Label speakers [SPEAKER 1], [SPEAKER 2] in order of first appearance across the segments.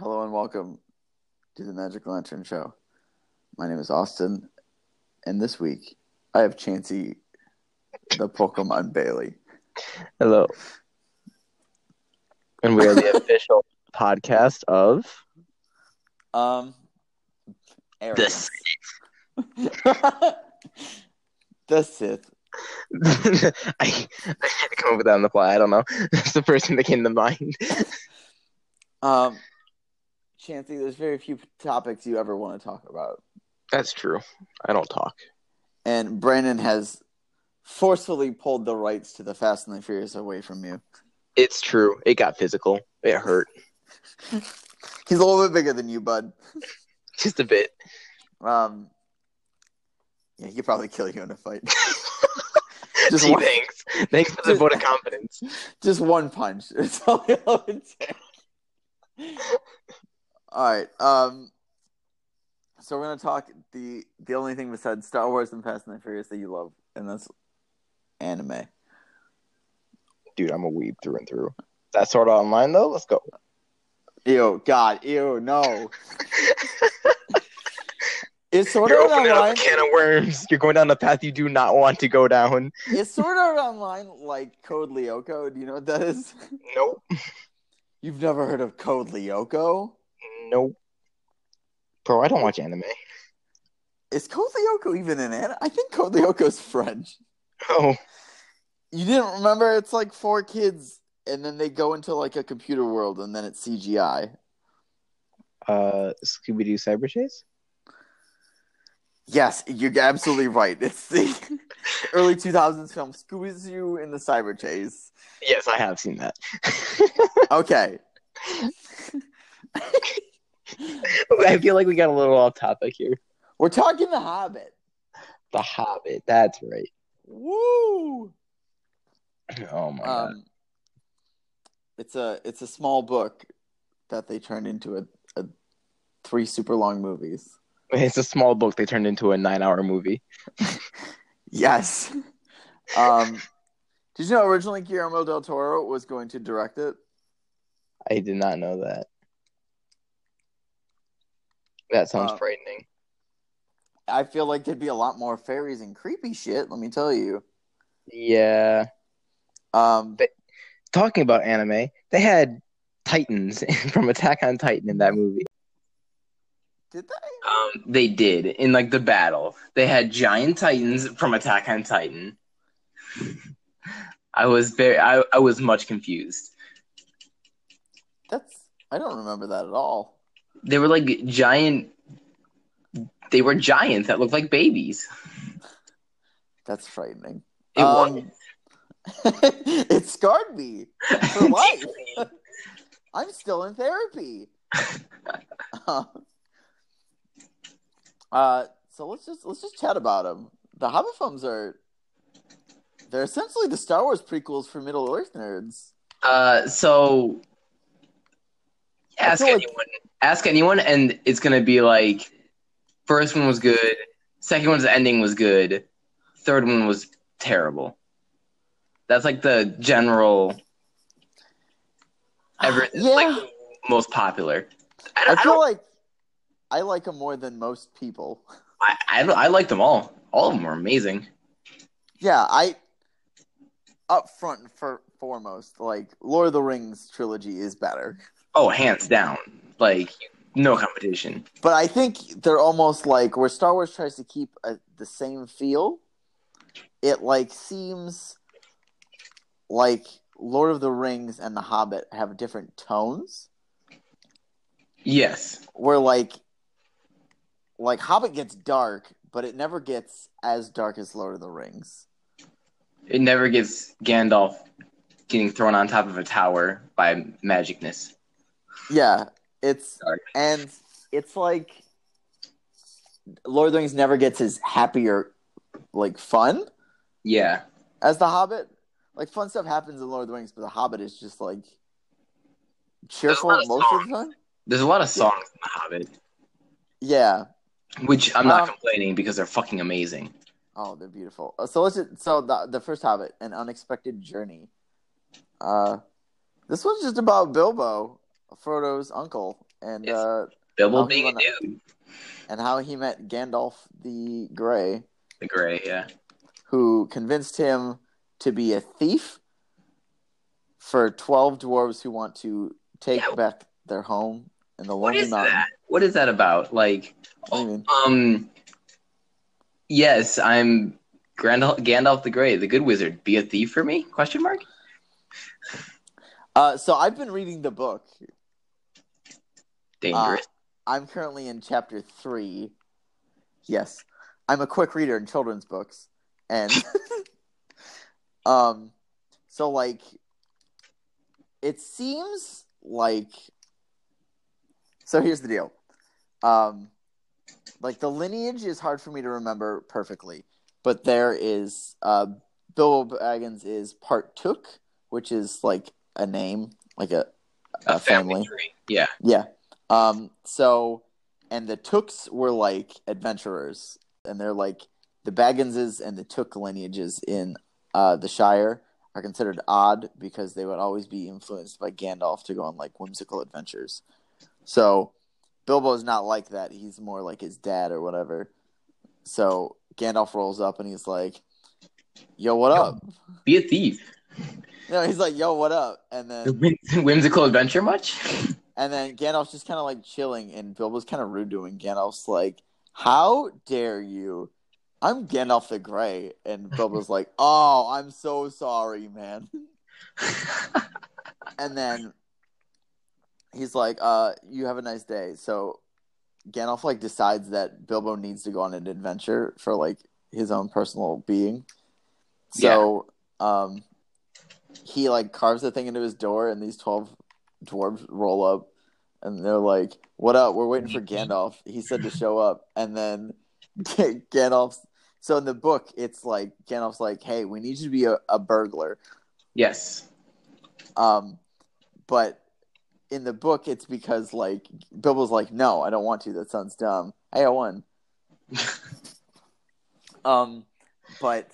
[SPEAKER 1] Welcome to the Magic Lantern Show. My name is Austin, and this week I have Chansey, the Pokemon Bailey.
[SPEAKER 2] Hello. And we are the official podcast of
[SPEAKER 1] Um,
[SPEAKER 2] the
[SPEAKER 1] arrogance.
[SPEAKER 2] Sith.
[SPEAKER 1] the Sith.
[SPEAKER 2] I, I had to come up with that on the fly. I don't know. That's the first thing that came to mind.
[SPEAKER 1] Um, Chansey, there's very few topics you ever want to talk about,
[SPEAKER 2] That's true. I don't talk.
[SPEAKER 1] and Brandon has forcefully pulled the rights to the Fast and the Furious away from you.
[SPEAKER 2] It's true. It got physical. It hurt
[SPEAKER 1] He's a little bit bigger than you, bud.
[SPEAKER 2] just a bit.
[SPEAKER 1] Um, yeah, he could probably kill you in a fight. Just
[SPEAKER 2] Gee,
[SPEAKER 1] one-
[SPEAKER 2] thanks. Thanks for the
[SPEAKER 1] Just-
[SPEAKER 2] vote of confidence.
[SPEAKER 1] Just one punch. It's all it would take. All right. Um, so we're gonna talk the the only thing besides Star Wars and Fast and the Furious that you love, and that's anime.
[SPEAKER 2] Dude, I'm a weeb through and through. That sort of online though. Let's go.
[SPEAKER 1] Ew, God, ew, no. It's sort
[SPEAKER 2] You're
[SPEAKER 1] of
[SPEAKER 2] opening up a
[SPEAKER 1] online.
[SPEAKER 2] can of worms. You're going down the path you do not want to go down.
[SPEAKER 1] It's sort of online like Code Lyoko. Do you know what that is?
[SPEAKER 2] Nope.
[SPEAKER 1] You've never heard of Code Lyoko?
[SPEAKER 2] Nope. Bro, I don't watch anime.
[SPEAKER 1] Is Code Lyoko even an anime? I think Code Lyoko's French.
[SPEAKER 2] Oh,
[SPEAKER 1] You didn't remember? It's like four kids, and then they go into like a computer world, and then it's CGI.
[SPEAKER 2] uh, Scooby Doo Cyber Chase.
[SPEAKER 1] Yes, you're absolutely right. It's the early 2000s film Scooby Doo in the Cyber Chase.
[SPEAKER 2] Yes, I have seen that.
[SPEAKER 1] Okay.
[SPEAKER 2] I feel like we got a little off topic here.
[SPEAKER 1] We're talking The Hobbit.
[SPEAKER 2] The Hobbit. That's right.
[SPEAKER 1] Woo!
[SPEAKER 2] Oh my god.
[SPEAKER 1] Um, it's a it's a small book that they turned into a, a three super long movies.
[SPEAKER 2] It's a small book they turned into a nine-hour movie.
[SPEAKER 1] Yes. um, did you know originally Guillermo del Toro was going to direct it?
[SPEAKER 2] I did not know that. That sounds
[SPEAKER 1] Uh,
[SPEAKER 2] frightening.
[SPEAKER 1] I feel like there'd be a lot more fairies and creepy shit. Let me tell you.
[SPEAKER 2] Yeah.
[SPEAKER 1] Um,
[SPEAKER 2] But- Talking about anime, they had Titans from Attack on Titan in that movie.
[SPEAKER 1] did they?
[SPEAKER 2] Um, they did in like the battle. They had giant titans from Attack on Titan. I was very, I, I was much confused.
[SPEAKER 1] That's I don't remember that at all.
[SPEAKER 2] They were like giant. They were giants that looked like babies.
[SPEAKER 1] That's frightening.
[SPEAKER 2] It
[SPEAKER 1] Um, it scarred me for life. I'm still in therapy. Um, uh, so let's just let's just chat about them. The Hobbit films are they're essentially the Star Wars prequels for Middle Earth nerds.
[SPEAKER 2] uh, so ask
[SPEAKER 1] feel
[SPEAKER 2] anyone,
[SPEAKER 1] like-
[SPEAKER 2] ask anyone, and it's gonna be like first one was good, second one's ending was good, third one was terrible. That's like the general ever
[SPEAKER 1] Yeah.
[SPEAKER 2] like most popular. I,
[SPEAKER 1] I
[SPEAKER 2] don't- I
[SPEAKER 1] feel
[SPEAKER 2] don't,
[SPEAKER 1] like I like them more than most people.
[SPEAKER 2] I, I, don't- I like them all. All of them were amazing.
[SPEAKER 1] Yeah, I up front and for, foremost, like Lord of the Rings trilogy is better,
[SPEAKER 2] Oh, hands down, like no competition.
[SPEAKER 1] but I think they're almost like where Star Wars tries to keep a, the same feel. It like seems like Lord of the Rings and The Hobbit have different tones.
[SPEAKER 2] Yes,
[SPEAKER 1] Where like like Hobbit gets dark, but it never gets as dark as Lord of the Rings.
[SPEAKER 2] it never gets Gandalf getting thrown on top of a tower by magicness.
[SPEAKER 1] Yeah, it's
[SPEAKER 2] Sorry.
[SPEAKER 1] and it's like Lord of the Rings never gets as happy or like fun
[SPEAKER 2] Yeah,
[SPEAKER 1] as the Hobbit. Like fun stuff happens in Lord of the Rings, but the Hobbit is just like cheerful
[SPEAKER 2] There's a lot
[SPEAKER 1] most
[SPEAKER 2] of
[SPEAKER 1] of the time.
[SPEAKER 2] there's a lot of songs in The Hobbit,
[SPEAKER 1] Yeah.
[SPEAKER 2] which I'm not
[SPEAKER 1] Um,
[SPEAKER 2] complaining because they're fucking amazing.
[SPEAKER 1] Oh, they're beautiful. Uh, So let's just, so the the first Hobbit, an unexpected journey. Uh, this one's just about Bilbo, Frodo's uncle, and
[SPEAKER 2] Yes.
[SPEAKER 1] uh,
[SPEAKER 2] Bilbo
[SPEAKER 1] I'll
[SPEAKER 2] being a
[SPEAKER 1] do one
[SPEAKER 2] dude.
[SPEAKER 1] and how he met Gandalf the Grey,
[SPEAKER 2] The gray, yeah.
[SPEAKER 1] who convinced him to be a thief for twelve dwarves who want to take
[SPEAKER 2] Yeah.
[SPEAKER 1] back their home in the
[SPEAKER 2] What
[SPEAKER 1] Lonely
[SPEAKER 2] is
[SPEAKER 1] Mountain.
[SPEAKER 2] that? What is that about? Like,
[SPEAKER 1] What do you mean?
[SPEAKER 2] um, yes, I'm Grandal- Gandalf the Grey, the good wizard. Be a thief for me? Question mark.
[SPEAKER 1] Uh, so I've been reading the book. Uh,
[SPEAKER 2] Dangerous.
[SPEAKER 1] I'm currently in chapter three. Yes, I'm a quick reader in children's books, and um, so like, it seems like. So here's the deal, um, like the lineage is hard for me to remember perfectly, but there is uh, Bilbo Baggins is part Took, which is like a name, like a
[SPEAKER 2] a
[SPEAKER 1] uh,
[SPEAKER 2] family.
[SPEAKER 1] family.
[SPEAKER 2] tree. Yeah.
[SPEAKER 1] yeah. Um. So, and the Tooks were like adventurers, and they're like the Bagginses and the Took lineages in uh, the Shire are considered odd because they would always be influenced by Gandalf to go on like whimsical adventures. So, Bilbo's not like that. He's more like his dad or whatever. So Gandalf rolls up and he's like, "Yo, what
[SPEAKER 2] Yo.
[SPEAKER 1] up?"
[SPEAKER 2] Be a thief.
[SPEAKER 1] No, he's like, "Yo, what up?" And then
[SPEAKER 2] Whimsical adventure much?
[SPEAKER 1] And then Gandalf's just kind of like chilling, and Bilbo's kind of rude to him. Gandalf's like, "How dare you? I'm Gandalf the Grey." And Bilbo's like, "Oh, I'm so sorry, man." And then he's like, "Uh, you have a nice day." So Gandalf like decides that Bilbo needs to go on an adventure for like his own personal being. So, um, he like carves a thing into his door, and these twelve dwarves roll up, and they're like, "What up? We're waiting for Gandalf. He said to show up." And then Gandalf's. So in the book, it's like Gandalf's like, "Hey, we need you to be a, a burglar."
[SPEAKER 2] yes.
[SPEAKER 1] Um, but in the book, it's because like Bilbo's like, "No, I don't want to. That sounds dumb." Hey, I won. um, but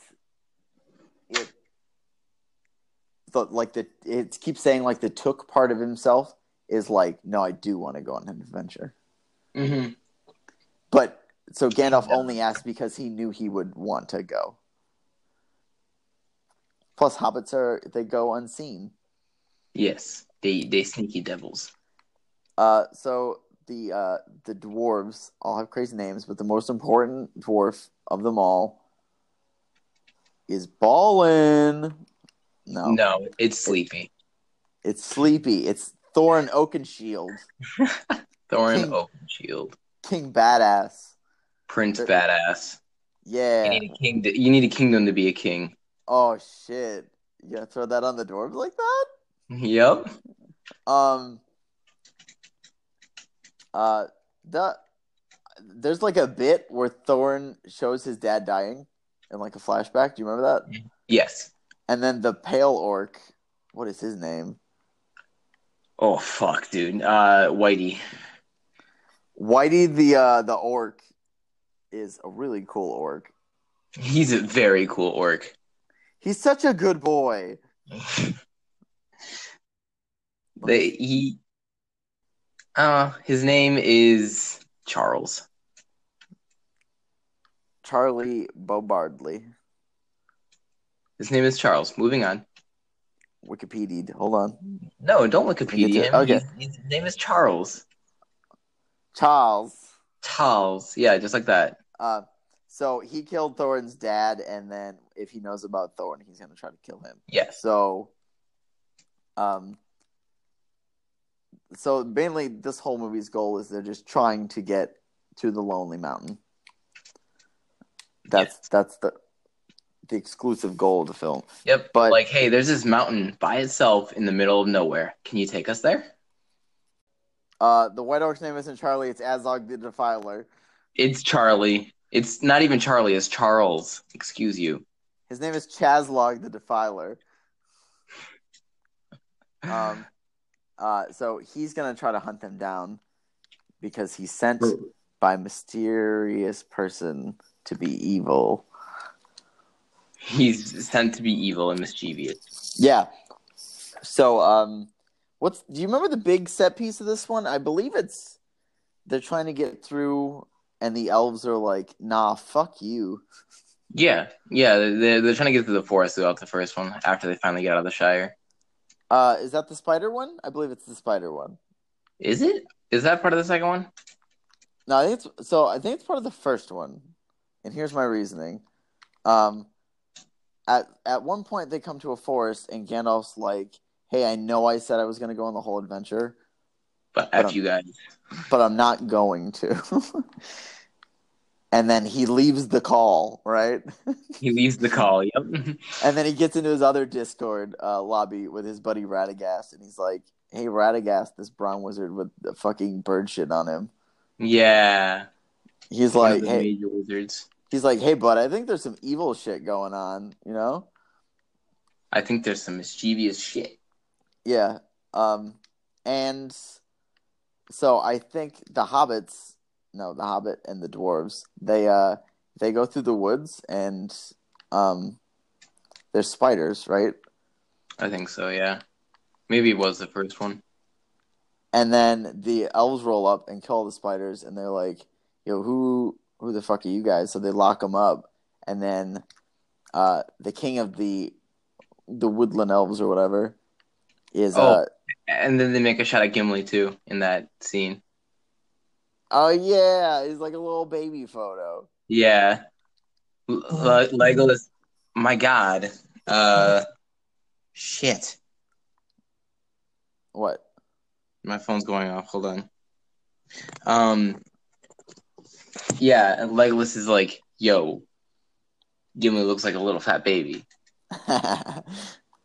[SPEAKER 1] it, the, like the it keeps saying like the took part of himself is like, no, I do want to go on an adventure.
[SPEAKER 2] hmm
[SPEAKER 1] But so Gandalf only asked because he knew he would want to go. Plus, hobbits are they go unseen.
[SPEAKER 2] Yes. They they sneaky devils.
[SPEAKER 1] Uh, so the uh, the dwarves all have crazy names, but the most important dwarf of them all is Ballin. No,
[SPEAKER 2] No, it's sleepy.
[SPEAKER 1] it's Sleepy. It's Thorin Oakenshield,
[SPEAKER 2] Thorin
[SPEAKER 1] King-
[SPEAKER 2] Oakenshield.
[SPEAKER 1] King Badass.
[SPEAKER 2] Prince
[SPEAKER 1] But-
[SPEAKER 2] Badass. You
[SPEAKER 1] Yeah.
[SPEAKER 2] need a king to, you need a kingdom to be a king.
[SPEAKER 1] Oh shit. You gonna throw that on the dwarves like that?
[SPEAKER 2] Yep.
[SPEAKER 1] Um. Uh. The there's like a bit where Thorin shows his dad dying in like a flashback. Do you remember that?
[SPEAKER 2] Yes.
[SPEAKER 1] And then the pale orc, what is his name?
[SPEAKER 2] Oh fuck, dude. Uh Whitey.
[SPEAKER 1] Whitey the uh the orc is a really cool orc.
[SPEAKER 2] He's a very cool orc.
[SPEAKER 1] He's such a good boy.
[SPEAKER 2] They he uh his name is Charles.
[SPEAKER 1] Charlie Bobardley.
[SPEAKER 2] His name is Charles. Moving on.
[SPEAKER 1] Wikipedia. Hold on.
[SPEAKER 2] No, don't
[SPEAKER 1] You
[SPEAKER 2] Wikipedia
[SPEAKER 1] get
[SPEAKER 2] him.
[SPEAKER 1] to- okay.
[SPEAKER 2] He's- his name is Charles.
[SPEAKER 1] Charles.
[SPEAKER 2] Charles. Yeah, just like that.
[SPEAKER 1] Uh, so he killed Thorin's dad, and then if he knows about Thorin, he's gonna try to kill him.
[SPEAKER 2] Yes.
[SPEAKER 1] So, um, so mainly this whole movie's goal is they're just trying to get to the Lonely Mountain. That's that's the the exclusive goal of the film.
[SPEAKER 2] Yep.
[SPEAKER 1] But-
[SPEAKER 2] like, hey, there's this mountain by itself in the middle of nowhere. Can you take us there?
[SPEAKER 1] Uh, the White Orc's name isn't Charlie; it's Azog the Defiler.
[SPEAKER 2] It's Charlie. It's not even Charlie, it's Charles. Excuse you.
[SPEAKER 1] His name is Chazlog the Defiler. Um, uh, so he's gonna try to hunt them down because he's sent by mysterious person to be evil.
[SPEAKER 2] He's sent to be evil and mischievous.
[SPEAKER 1] Yeah. So, um, What's do you remember the big set piece of this one? I believe it's they're trying to get through, and the elves are like, "Nah, fuck you."
[SPEAKER 2] Yeah, yeah. They're, they're trying to get through the forest throughout the first one after they finally get out of the Shire.
[SPEAKER 1] Uh, is that the spider one? I believe it's the spider one.
[SPEAKER 2] Is it? Is that part of the second one?
[SPEAKER 1] No, I think it's so. I think it's part of the first one, and here's my reasoning. Um, at at one point they come to a forest, and Gandalf's like, "Hey, I know I said I was going to go on the whole adventure,
[SPEAKER 2] But
[SPEAKER 1] I
[SPEAKER 2] after
[SPEAKER 1] don't-
[SPEAKER 2] you guys.
[SPEAKER 1] but I'm not going to." and then he leaves the call, right?
[SPEAKER 2] He leaves the call. Yep.
[SPEAKER 1] And then he gets into his other Discord uh, lobby with his buddy Radagast, and he's like, "Hey, Radagast, this brown wizard with the fucking bird shit on him."
[SPEAKER 2] yeah.
[SPEAKER 1] He's
[SPEAKER 2] One of
[SPEAKER 1] like,
[SPEAKER 2] the
[SPEAKER 1] "Hey,
[SPEAKER 2] major wizards.
[SPEAKER 1] he's like, hey, bud, I think there's some evil shit going on, you know?
[SPEAKER 2] I think there's some mischievous shit.
[SPEAKER 1] Yeah. Um, and so I think the hobbits, no, the hobbit and the dwarves, they uh they go through the woods and um, there's spiders, right?
[SPEAKER 2] I think so. Yeah. Maybe it was the first one.
[SPEAKER 1] And then the elves roll up and kill all the spiders, and they're like, "Yo, who who the fuck are you guys?" So they lock them up, and then uh, the king of the the woodland elves or whatever is
[SPEAKER 2] Oh.
[SPEAKER 1] uh,
[SPEAKER 2] And then they make a shot at Gimli too in that scene.
[SPEAKER 1] oh yeah, he's like a little baby photo.
[SPEAKER 2] Yeah. L- Le- Legolas. My God. Uh. Shit.
[SPEAKER 1] What?
[SPEAKER 2] My phone's going off. Hold on. Um. Yeah, and Legolas is like, "Yo, Gimli looks like a little fat baby
[SPEAKER 1] Because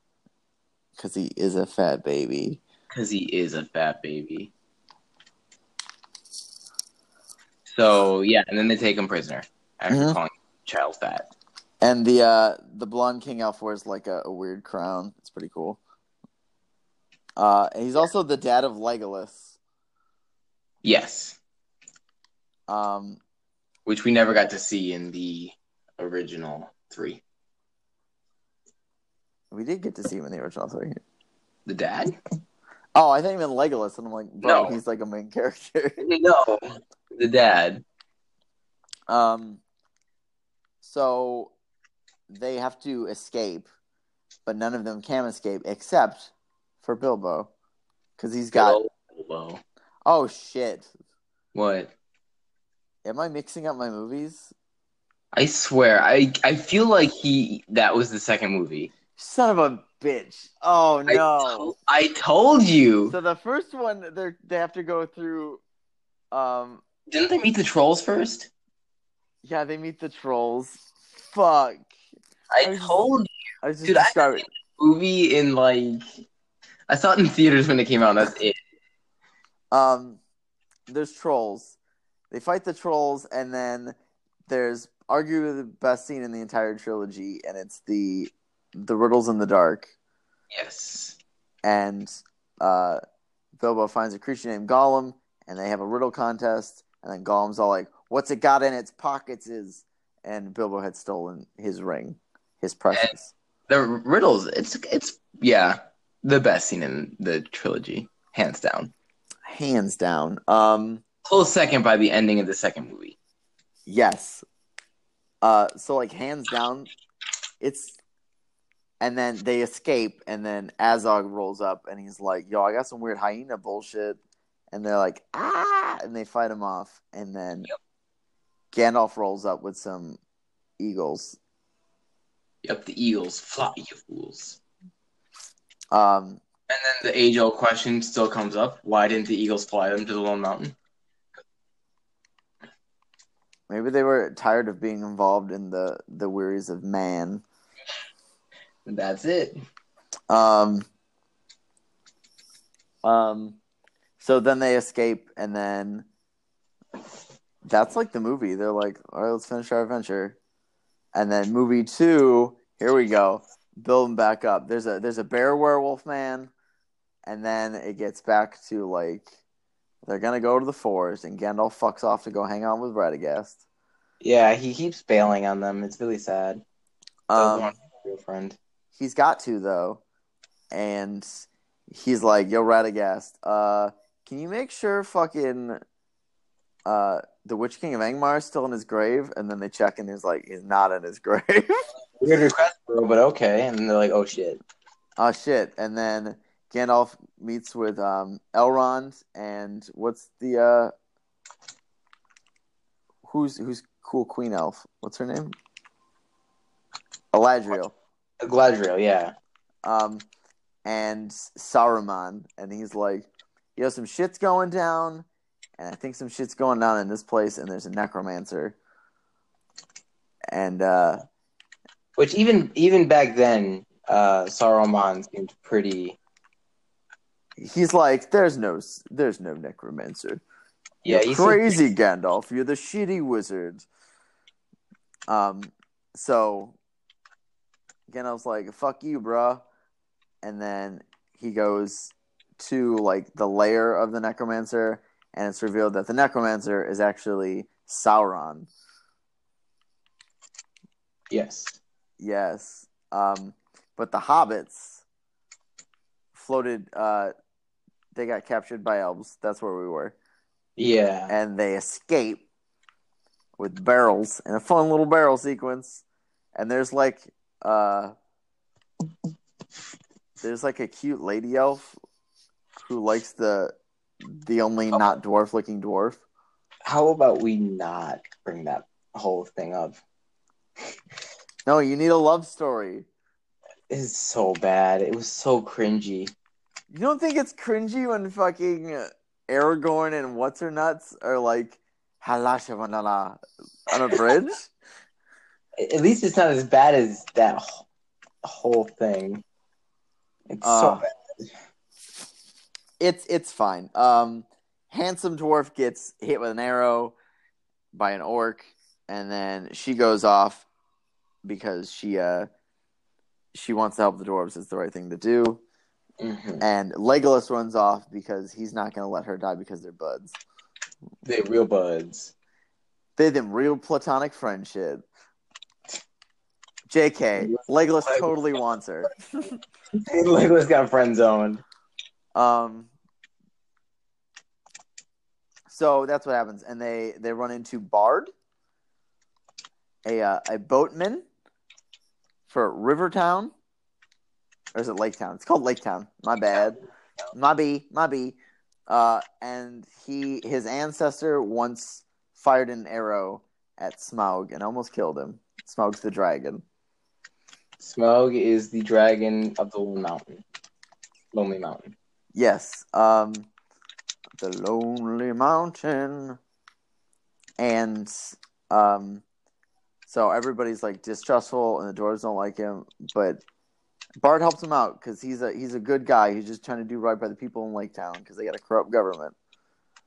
[SPEAKER 1] he is a fat baby.
[SPEAKER 2] because he is a fat baby." So yeah, and then they take him prisoner after
[SPEAKER 1] Mhm.
[SPEAKER 2] calling child fat.
[SPEAKER 1] And the uh, the blonde king elf wears like a, a weird crown. It's pretty cool. Uh, and he's also the dad of Legolas.
[SPEAKER 2] Yes,
[SPEAKER 1] Um,
[SPEAKER 2] which we never got to see in the original three.
[SPEAKER 1] we did get to see him in the original three.
[SPEAKER 2] The dad?
[SPEAKER 1] Oh, I think even Legolas, and I'm like, bro,
[SPEAKER 2] No.
[SPEAKER 1] he's like a main character.
[SPEAKER 2] No, the dad.
[SPEAKER 1] Um, so they have to escape, but none of them can escape except for Bilbo, because he's got.
[SPEAKER 2] Bilbo.
[SPEAKER 1] Oh shit!
[SPEAKER 2] What?
[SPEAKER 1] Am I mixing up my movies?
[SPEAKER 2] I swear, I I feel like he that was the second movie.
[SPEAKER 1] Son of a bitch! Oh
[SPEAKER 2] I
[SPEAKER 1] no!
[SPEAKER 2] to- I, told you.
[SPEAKER 1] So the first one, they they have to go through. Um,
[SPEAKER 2] Didn't they meet the trolls first?
[SPEAKER 1] yeah, they meet the trolls. Fuck! I
[SPEAKER 2] I
[SPEAKER 1] was-
[SPEAKER 2] told you.
[SPEAKER 1] I was just
[SPEAKER 2] Dude, I-
[SPEAKER 1] describing.
[SPEAKER 2] Movie in like I saw it in theaters when it came out. and That's it.
[SPEAKER 1] Um, there's trolls. They fight the trolls, and then there's arguably the best scene in the entire trilogy, and it's the the riddles in the dark,
[SPEAKER 2] Yes.
[SPEAKER 1] and uh, Bilbo finds a creature named Gollum, and they have a riddle contest, and then Gollum's all like, "What's it got in its pockets?" Is and Bilbo had stolen his ring, his precious.
[SPEAKER 2] The riddles. It's it's yeah, the best scene in the trilogy, hands down.
[SPEAKER 1] Hands down. Um,
[SPEAKER 2] Close second by the ending of the second movie.
[SPEAKER 1] Yes. Uh, so like hands down, it's, and then they escape, and then Azog rolls up, and he's like, "Yo, I got some weird hyena bullshit," and they're like, "Ah!" and they fight him off, and then Gandalf rolls up with some eagles.
[SPEAKER 2] Yep, the eagles fly, you fools.
[SPEAKER 1] Um,
[SPEAKER 2] And then the age-old question still comes up: Why didn't the eagles fly them to the Lone Mountain?
[SPEAKER 1] maybe they were tired of being involved in the the wearies of man.
[SPEAKER 2] That's it.
[SPEAKER 1] Um, um, so then they escape, and then that's like the movie. They're like, all right, let's finish our adventure. And then movie two, here we go, building back up. There's a there's a bear werewolf man, and then it gets back to like they're gonna go to the forest, and Gandalf fucks off to go hang out with Radagast.
[SPEAKER 2] Yeah, he keeps bailing on them. It's really sad.
[SPEAKER 1] Um,
[SPEAKER 2] Oh, girlfriend.
[SPEAKER 1] he's got to though, and he's like, "Yo, Radagast, uh, can you make sure fucking uh, the Witch King of Angmar is still in his grave?" And then they check, and he's like, "He's not in his grave."
[SPEAKER 2] Weird request, bro, but okay. And they're like, oh shit.
[SPEAKER 1] oh shit! And then Gandalf meets with um, Elrond, and what's the uh, who's who's cool Queen Elf? What's her name? Eladriel.
[SPEAKER 2] Gladriel, yeah.
[SPEAKER 1] um, and Saruman, and he's like, "Yo, some shit's going down, and I think some shit's going down in this place, and there's a necromancer." And uh,
[SPEAKER 2] Which even even back then, uh, Saruman seemed pretty.
[SPEAKER 1] he's like, "There's no, there's no necromancer.
[SPEAKER 2] Yeah,
[SPEAKER 1] You're
[SPEAKER 2] he seemed-
[SPEAKER 1] crazy, Gandalf. You're the shitty wizard." Um, so Gandalf's like, "Fuck you, bruh," and then he goes to like the lair of the necromancer, and it's revealed that the necromancer is actually Sauron.
[SPEAKER 2] yes.
[SPEAKER 1] Yes. Um, but the hobbits floated. Uh, they got captured by elves. That's where we were,
[SPEAKER 2] Yeah.
[SPEAKER 1] and they escape with barrels in a fun little barrel sequence. And there's like, uh, there's like a cute lady elf who likes the the only not dwarf looking dwarf.
[SPEAKER 2] How about we not bring that whole thing up?
[SPEAKER 1] No, you need a love story.
[SPEAKER 2] It's so bad. It was so cringy.
[SPEAKER 1] You don't think it's cringy when fucking Aragorn and what's her nuts are like halashavanala on a bridge?
[SPEAKER 2] A- At least it's not as bad as that wh- whole thing. It's so
[SPEAKER 1] Uh,
[SPEAKER 2] bad.
[SPEAKER 1] it's it's fine. Um, handsome dwarf gets hit with an arrow by an orc, and then she goes off because she uh she wants to help the dwarves. It's the right thing to do.
[SPEAKER 2] Mhm.
[SPEAKER 1] And Legolas runs off because he's not gonna let her die because they're buds.
[SPEAKER 2] They real buds.
[SPEAKER 1] They them real platonic friendship. JK, Legolas totally wants her.
[SPEAKER 2] Legolas got friend zoned.
[SPEAKER 1] Um, so that's what happens, and they they run into Bard, a uh, a boatman for Rivertown, or is it Lake Town? It's called Lake Town. My bad, my b, my b. Uh, and he his ancestor once fired an arrow at Smaug and almost killed him. Smaug's the dragon.
[SPEAKER 2] Smog is the dragon of the Lone Mountain. Lonely Mountain.
[SPEAKER 1] Yes. Um, the Lonely Mountain. And um, so everybody's like distrustful, and the dwarves don't like him. But Bard helps him out because he's a he's a good guy. He's just trying to do right by the people in Lake Town because they got a corrupt government.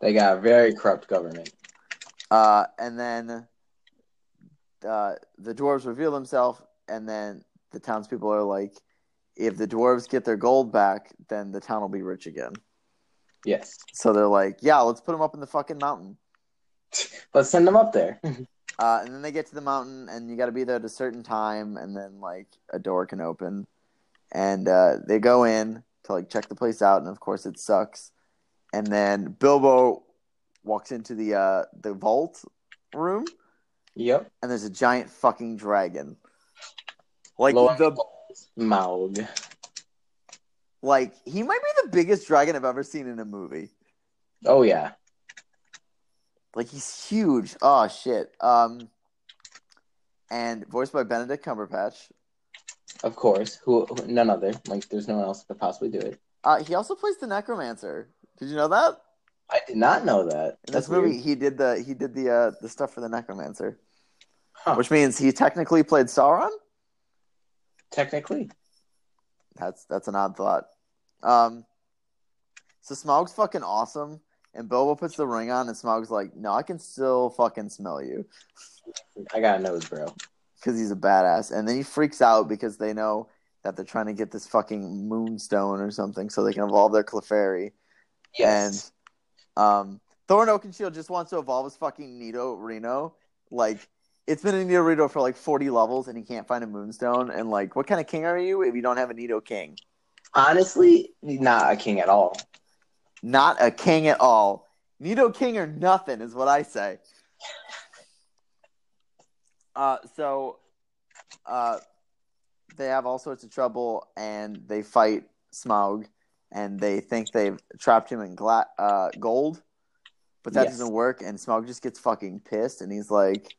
[SPEAKER 2] They got a very corrupt government.
[SPEAKER 1] Uh, and then uh, the dwarves reveal themselves, and then the townspeople are like, if the dwarves get their gold back, then the town will be rich again.
[SPEAKER 2] Yes.
[SPEAKER 1] So they're like, yeah, let's put him up in the fucking mountain.
[SPEAKER 2] Let's send them up there.
[SPEAKER 1] Uh, and then they get to the mountain, and you got to be there at a certain time, and then like a door can open, and uh, they go in to like check the place out, and of course it sucks. And then Bilbo walks into the uh, the vault room,
[SPEAKER 2] yep.
[SPEAKER 1] and there's a giant fucking dragon, like
[SPEAKER 2] Lo and
[SPEAKER 1] the
[SPEAKER 2] behold, Smaug.
[SPEAKER 1] like he might be the biggest dragon I've ever seen in a movie.
[SPEAKER 2] Oh yeah.
[SPEAKER 1] Like he's huge. Oh shit. Um, and voiced by Benedict Cumberbatch.
[SPEAKER 2] Of course. Who, who none other. Like there's no one else that could possibly do it.
[SPEAKER 1] Uh, he also plays the necromancer. Did you know that?
[SPEAKER 2] I did not know that.
[SPEAKER 1] In this
[SPEAKER 2] That's
[SPEAKER 1] movie,
[SPEAKER 2] weird.
[SPEAKER 1] he did the he did the uh, the stuff for the necromancer,
[SPEAKER 2] Huh.
[SPEAKER 1] which means he technically played Sauron.
[SPEAKER 2] Technically.
[SPEAKER 1] That's that's an odd thought. Um, so Smaug's fucking awesome, and Bilbo puts the ring on, and Smaug's like, "No, I can still fucking smell you,"
[SPEAKER 2] I got a nose, bro.
[SPEAKER 1] because he's a badass. And then he freaks out because they know that they're trying to get this fucking moonstone or something, so they can evolve their Clefairy.
[SPEAKER 2] Yes.
[SPEAKER 1] And um, Thorin Oakenshield just wants to evolve his fucking Nito Reno. Like, it's been a Nito Reno for like 40 levels and he can't find a moonstone. And, like, what kind of king are you if you don't have a Nito king?
[SPEAKER 2] Honestly, not a king at all.
[SPEAKER 1] Not a king at all. Nito King or nothing is what I say. Uh, so uh, they have all sorts of trouble and they fight Smaug and they think they've trapped him in gla- uh, gold, but that
[SPEAKER 2] Yes.
[SPEAKER 1] doesn't work. And Smaug just gets fucking pissed and he's like,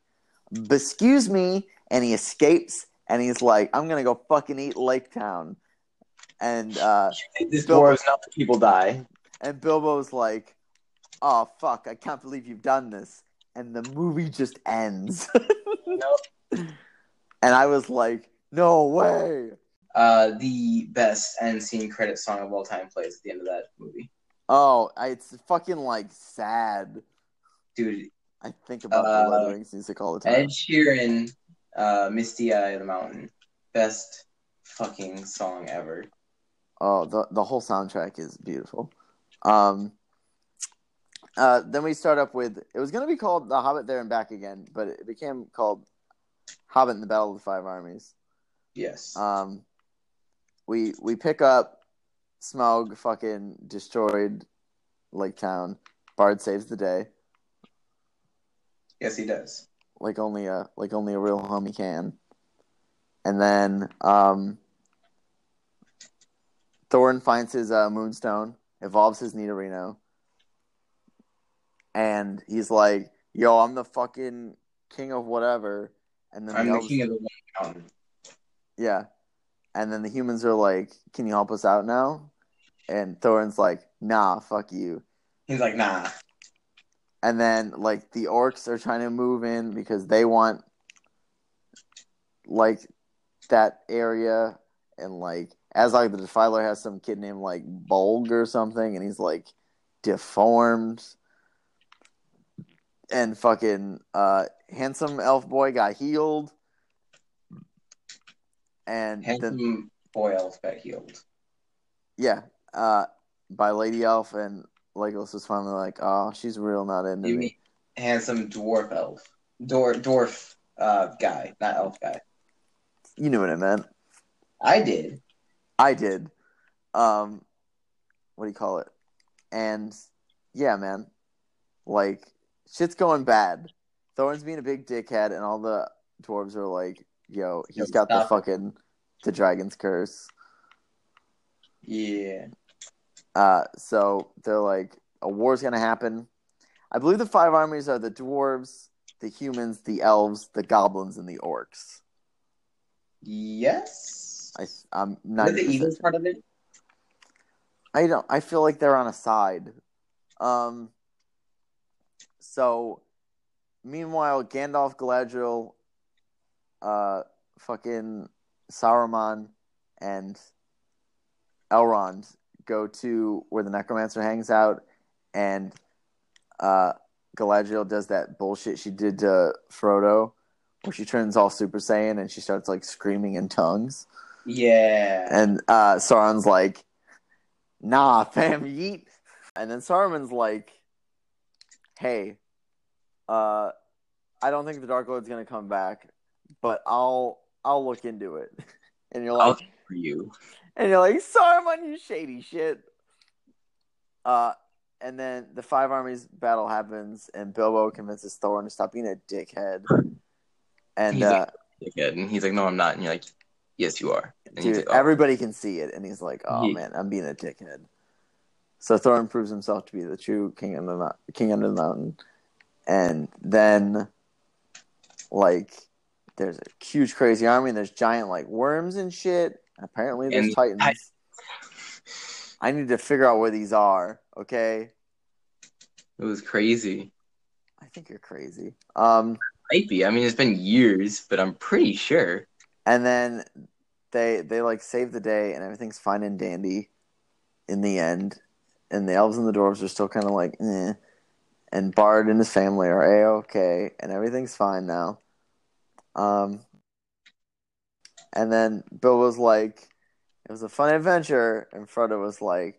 [SPEAKER 1] Excuse me. And he escapes and he's like, I'm going to go fucking eat Lake Town. And uh,
[SPEAKER 2] This
[SPEAKER 1] Bill-
[SPEAKER 2] war is not that people die.
[SPEAKER 1] and Bilbo's like, "Oh fuck, I can't believe you've done this." And the movie just ends.
[SPEAKER 2] Nope.
[SPEAKER 1] And I was like, "No way."
[SPEAKER 2] Uh, the best end scene credit song of all time plays at the end of that movie.
[SPEAKER 1] Oh, I, it's fucking like sad.
[SPEAKER 2] Dude,
[SPEAKER 1] I think about
[SPEAKER 2] Uh,
[SPEAKER 1] the Weathering's music all the time.
[SPEAKER 2] Ed Sheeran, uh, Misty Eye of the Mountain. Best fucking song ever.
[SPEAKER 1] Oh, the the whole soundtrack is beautiful. Um, uh, then we start up with it was going to be called The Hobbit There and Back Again, but it became called Hobbit and the Battle of the Five Armies.
[SPEAKER 2] Yes.
[SPEAKER 1] Um, we we pick up Smaug fucking destroyed Lake Town. Bard saves the day,
[SPEAKER 2] yes, he does.
[SPEAKER 1] like only a like only a real homie can. And then um, Thorin finds his uh, moonstone, evolves his Nidorino, and he's like, "Yo, I'm the fucking king of whatever." And then
[SPEAKER 2] I'm the
[SPEAKER 1] elves-
[SPEAKER 2] king of the mountain.
[SPEAKER 1] Yeah. And then the humans are like, Can you help us out now? And Thorin's like, Nah, fuck you.
[SPEAKER 2] He's like, nah.
[SPEAKER 1] And then like the orcs are trying to move in because they want like that area and like Azog the Defiler has some kid named like Bolg or something and he's like deformed. And fucking uh handsome elf boy got healed. And then
[SPEAKER 2] Handsome boy elf got healed.
[SPEAKER 1] Yeah, uh, by Lady Elf, and Legolas was finally like, "Oh, she's real, not into
[SPEAKER 2] You
[SPEAKER 1] me."
[SPEAKER 2] mean handsome dwarf elf. Dwarf, dwarf uh, guy, not elf guy.
[SPEAKER 1] You knew what I meant.
[SPEAKER 2] I did.
[SPEAKER 1] I did. Um, what do you call it? And yeah, man, like shit's going bad. Thorin's being a big dickhead, and all the dwarves are like, "Yo, he's
[SPEAKER 2] Yo,
[SPEAKER 1] got the
[SPEAKER 2] stop.
[SPEAKER 1] fucking the dragon's curse."
[SPEAKER 2] Yeah.
[SPEAKER 1] Uh, so they're like, a war's gonna happen. I believe the five armies are the dwarves, the humans, the elves, the goblins, and the orcs.
[SPEAKER 2] Yes.
[SPEAKER 1] I, I'm
[SPEAKER 2] Is
[SPEAKER 1] not.
[SPEAKER 2] that the eagles part of it?
[SPEAKER 1] I don't. I feel like they're on a side. Um. So, meanwhile, Gandalf, Galadriel, uh, fucking Saruman, and Elrond go to where the Necromancer hangs out, and uh, Galadriel does that bullshit she did to Frodo, where she turns all Super Saiyan and she starts like screaming in tongues.
[SPEAKER 2] Yeah.
[SPEAKER 1] And uh, Sauron's like, nah, fam, yeet. And then Saruman's like, hey, uh, I don't think the Dark Lord's gonna come back, but I'll I'll look into it. And you're like,
[SPEAKER 2] I'll for you.
[SPEAKER 1] and you're like, Saruman, you shady shit. Uh, and then the five armies battle happens, and Bilbo convinces Thorin to stop being a dickhead. And
[SPEAKER 2] He's
[SPEAKER 1] uh,
[SPEAKER 2] like, Dickhead. And he's like, no, I'm not. And you're like, yes, you are. And he's
[SPEAKER 1] Dude,
[SPEAKER 2] like, oh,
[SPEAKER 1] everybody can see it, and he's like, "Oh
[SPEAKER 2] Yeah.
[SPEAKER 1] man, I'm being a dickhead." So Thorin proves himself to be the true king of the Mou- king under the mountain, and then, like, there's a huge crazy army, and there's giant like worms and shit. And apparently, there's
[SPEAKER 2] And-
[SPEAKER 1] titans. I need to figure out where these are. Okay,
[SPEAKER 2] it was crazy.
[SPEAKER 1] I think you're crazy. Um,
[SPEAKER 2] Might be. I mean, it's been years, but I'm pretty sure.
[SPEAKER 1] and then they they like save the day, and everything's fine and dandy in the end. And the elves and the dwarves are still kind of like, eh. and Bard and his family are a okay, and everything's fine now. Um, and then Bill was like, "It was a fun adventure," and Frodo was like,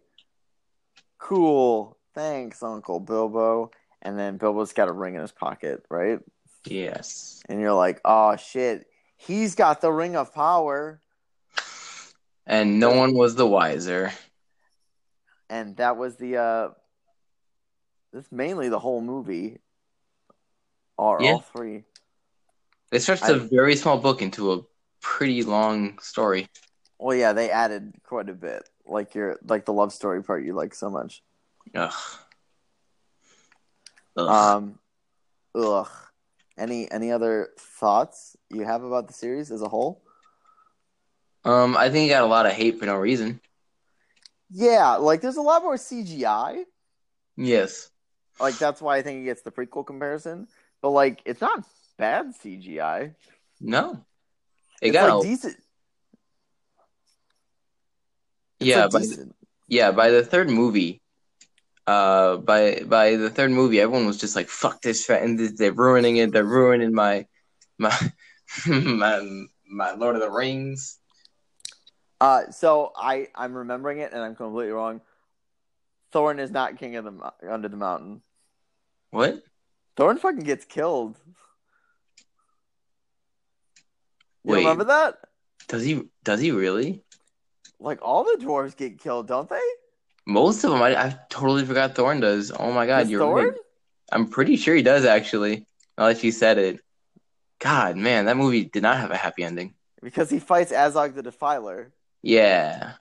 [SPEAKER 1] "Cool, thanks, Uncle Bilbo." And then Bilbo's got a ring in his pocket, right?
[SPEAKER 2] Yes.
[SPEAKER 1] and you're like, oh shit, he's got the ring of power.
[SPEAKER 2] and no one was the wiser.
[SPEAKER 1] and that was the uh that's mainly the whole movie are
[SPEAKER 2] Yeah.
[SPEAKER 1] all three
[SPEAKER 2] They stretched
[SPEAKER 1] I-
[SPEAKER 2] a very small book into a pretty long story.
[SPEAKER 1] well yeah they added quite a bit like your like the love story part you like so much
[SPEAKER 2] Ugh. Ugh.
[SPEAKER 1] um ugh any any other thoughts you have about the series as a whole
[SPEAKER 2] um, I think he got a lot of hate for no reason.
[SPEAKER 1] yeah like there's a lot more cgi
[SPEAKER 2] Yes.
[SPEAKER 1] like that's why i think it gets the prequel comparison but like it's not bad cgi
[SPEAKER 2] No. It
[SPEAKER 1] it's
[SPEAKER 2] got
[SPEAKER 1] like
[SPEAKER 2] a,
[SPEAKER 1] decent It's,
[SPEAKER 2] yeah,
[SPEAKER 1] like,
[SPEAKER 2] by the-
[SPEAKER 1] decent.
[SPEAKER 2] yeah, by the third movie, uh, by by the third movie, everyone was just like, "Fuck this!" fa- And they're ruining it. They're ruining my my my my Lord of the Rings.
[SPEAKER 1] Uh, so I I'm remembering it and I'm completely wrong. Thorn is not king of the mo- under the mountain.
[SPEAKER 2] What?
[SPEAKER 1] Thorn fucking gets killed. You
[SPEAKER 2] Wait.
[SPEAKER 1] remember that?
[SPEAKER 2] Does he? Does he really?
[SPEAKER 1] Like all the dwarves get killed, don't they?
[SPEAKER 2] Most of them, I, I totally forgot Thorn does. Oh my god,
[SPEAKER 1] Does
[SPEAKER 2] you're
[SPEAKER 1] Thorn?
[SPEAKER 2] right. I'm pretty sure he does actually. Now that you said it, God, man, that movie did not have a happy ending.
[SPEAKER 1] Because he fights Azog the Defiler.
[SPEAKER 2] Yeah,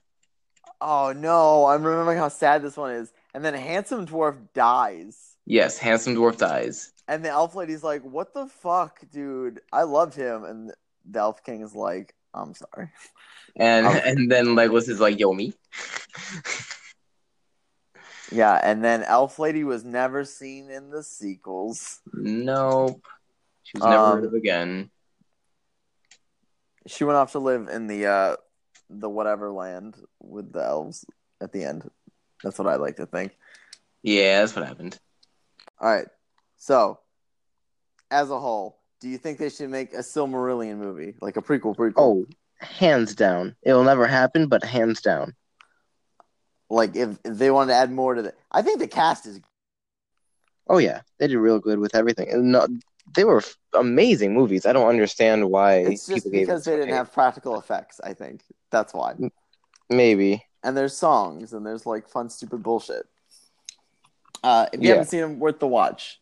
[SPEAKER 1] Oh no, I'm remembering how sad this one is. And then handsome dwarf dies.
[SPEAKER 2] yes, handsome dwarf dies.
[SPEAKER 1] And the elf lady's like, "What the fuck, dude? I loved him." And the elf king is like, "I'm sorry."
[SPEAKER 2] And
[SPEAKER 1] Oh.
[SPEAKER 2] and then Legolas is like, "Yo, me."
[SPEAKER 1] Yeah, and then Elf Lady was never seen in the sequels.
[SPEAKER 2] Nope. She was never
[SPEAKER 1] Um,
[SPEAKER 2] heard of again.
[SPEAKER 1] She went off to live in the uh the whatever land with the elves at the end. That's what I like to think.
[SPEAKER 2] Yeah, that's what happened.
[SPEAKER 1] All right. So, as a whole, do you think they should make a Silmarillion movie, like a prequel prequel?
[SPEAKER 2] Oh. hands down. It'll never happen, but hands down.
[SPEAKER 1] like if, if they wanted to add more to the I think the cast is
[SPEAKER 2] Oh yeah, they did real good with everything. And no, they were f- amazing movies. I don't understand why
[SPEAKER 1] it's just because
[SPEAKER 2] it Mm.
[SPEAKER 1] they didn't
[SPEAKER 2] hate.
[SPEAKER 1] have practical effects, I think. That's why.
[SPEAKER 2] maybe.
[SPEAKER 1] and there's songs and there's like fun stupid bullshit. Uh, if you
[SPEAKER 2] Yeah.
[SPEAKER 1] haven't seen them, worth the watch.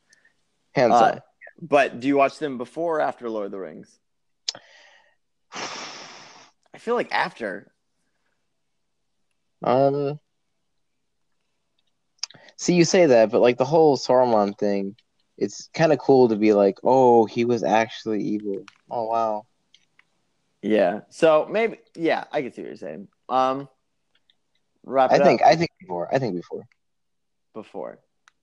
[SPEAKER 2] Hands
[SPEAKER 1] Uh, but do you watch them before or after Lord of the Rings? I feel like after.
[SPEAKER 2] down. Um. See, you say that, but like the whole Sauron thing, it's kind of cool to be like, "Oh, he was actually evil." Oh wow.
[SPEAKER 1] Yeah. So maybe yeah, I can see what you're saying. Um wrap
[SPEAKER 2] I
[SPEAKER 1] it
[SPEAKER 2] think
[SPEAKER 1] up
[SPEAKER 2] I think before. I think before.
[SPEAKER 1] before.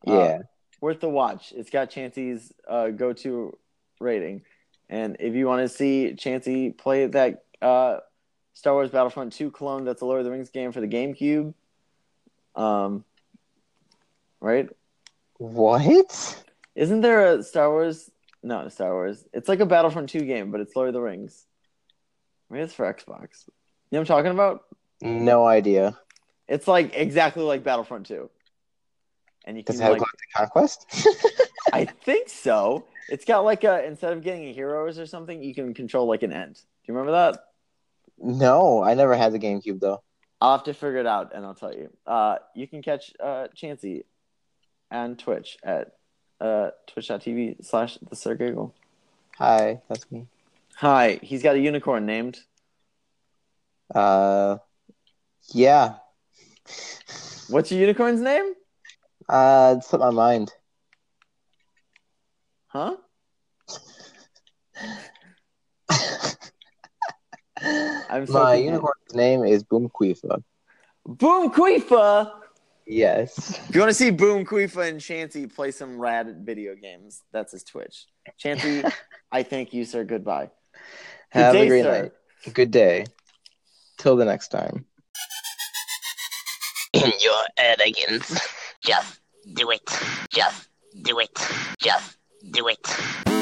[SPEAKER 1] Uh,
[SPEAKER 2] Yeah.
[SPEAKER 1] Worth the watch. It's got Chansey's uh, go to rating. And if you want to see Chansey play that uh, Star Wars Battlefront 2 clone that's the Lord of the Rings game for the GameCube, um, right?
[SPEAKER 2] what?
[SPEAKER 1] Isn't there a Star Wars? No, not Star Wars. It's like a Battlefront 2 game, but it's Lord of the Rings. Maybe it's for Xbox. You know what I'm talking about? Mm.
[SPEAKER 2] No idea.
[SPEAKER 1] It's like exactly like Battlefront 2. And you can
[SPEAKER 2] Does it have
[SPEAKER 1] like,
[SPEAKER 2] Galactic Conquest?
[SPEAKER 1] I think so. It's got like a instead of getting a heroes or something, you can control like an end. Do you remember that?
[SPEAKER 2] no, I never had the GameCube though.
[SPEAKER 1] I'll have to figure it out and I'll tell you. Uh, you can catch uh, Chansey on Twitch at uh, twitch.tv slash the Sir Giggle.
[SPEAKER 2] Hi, that's me.
[SPEAKER 1] Hi, he's got a unicorn named.
[SPEAKER 2] Uh, yeah.
[SPEAKER 1] What's your unicorn's name?
[SPEAKER 2] Uh, it slipped my mind.
[SPEAKER 1] Huh? I'm so
[SPEAKER 2] my
[SPEAKER 1] confused.
[SPEAKER 2] unicorn's name is Boomquifa.
[SPEAKER 1] Boom Queefa!
[SPEAKER 2] Yes.
[SPEAKER 1] If you want to see Boom Queefa and Chansey play some rad video games, that's his Twitch. Chansey, I thank you, sir. Goodbye. Good
[SPEAKER 2] Have a
[SPEAKER 1] day,
[SPEAKER 2] great
[SPEAKER 1] sir.
[SPEAKER 2] night. Good day. Till the next time.
[SPEAKER 3] in your elegance. Just do it. Just do it. Just do it.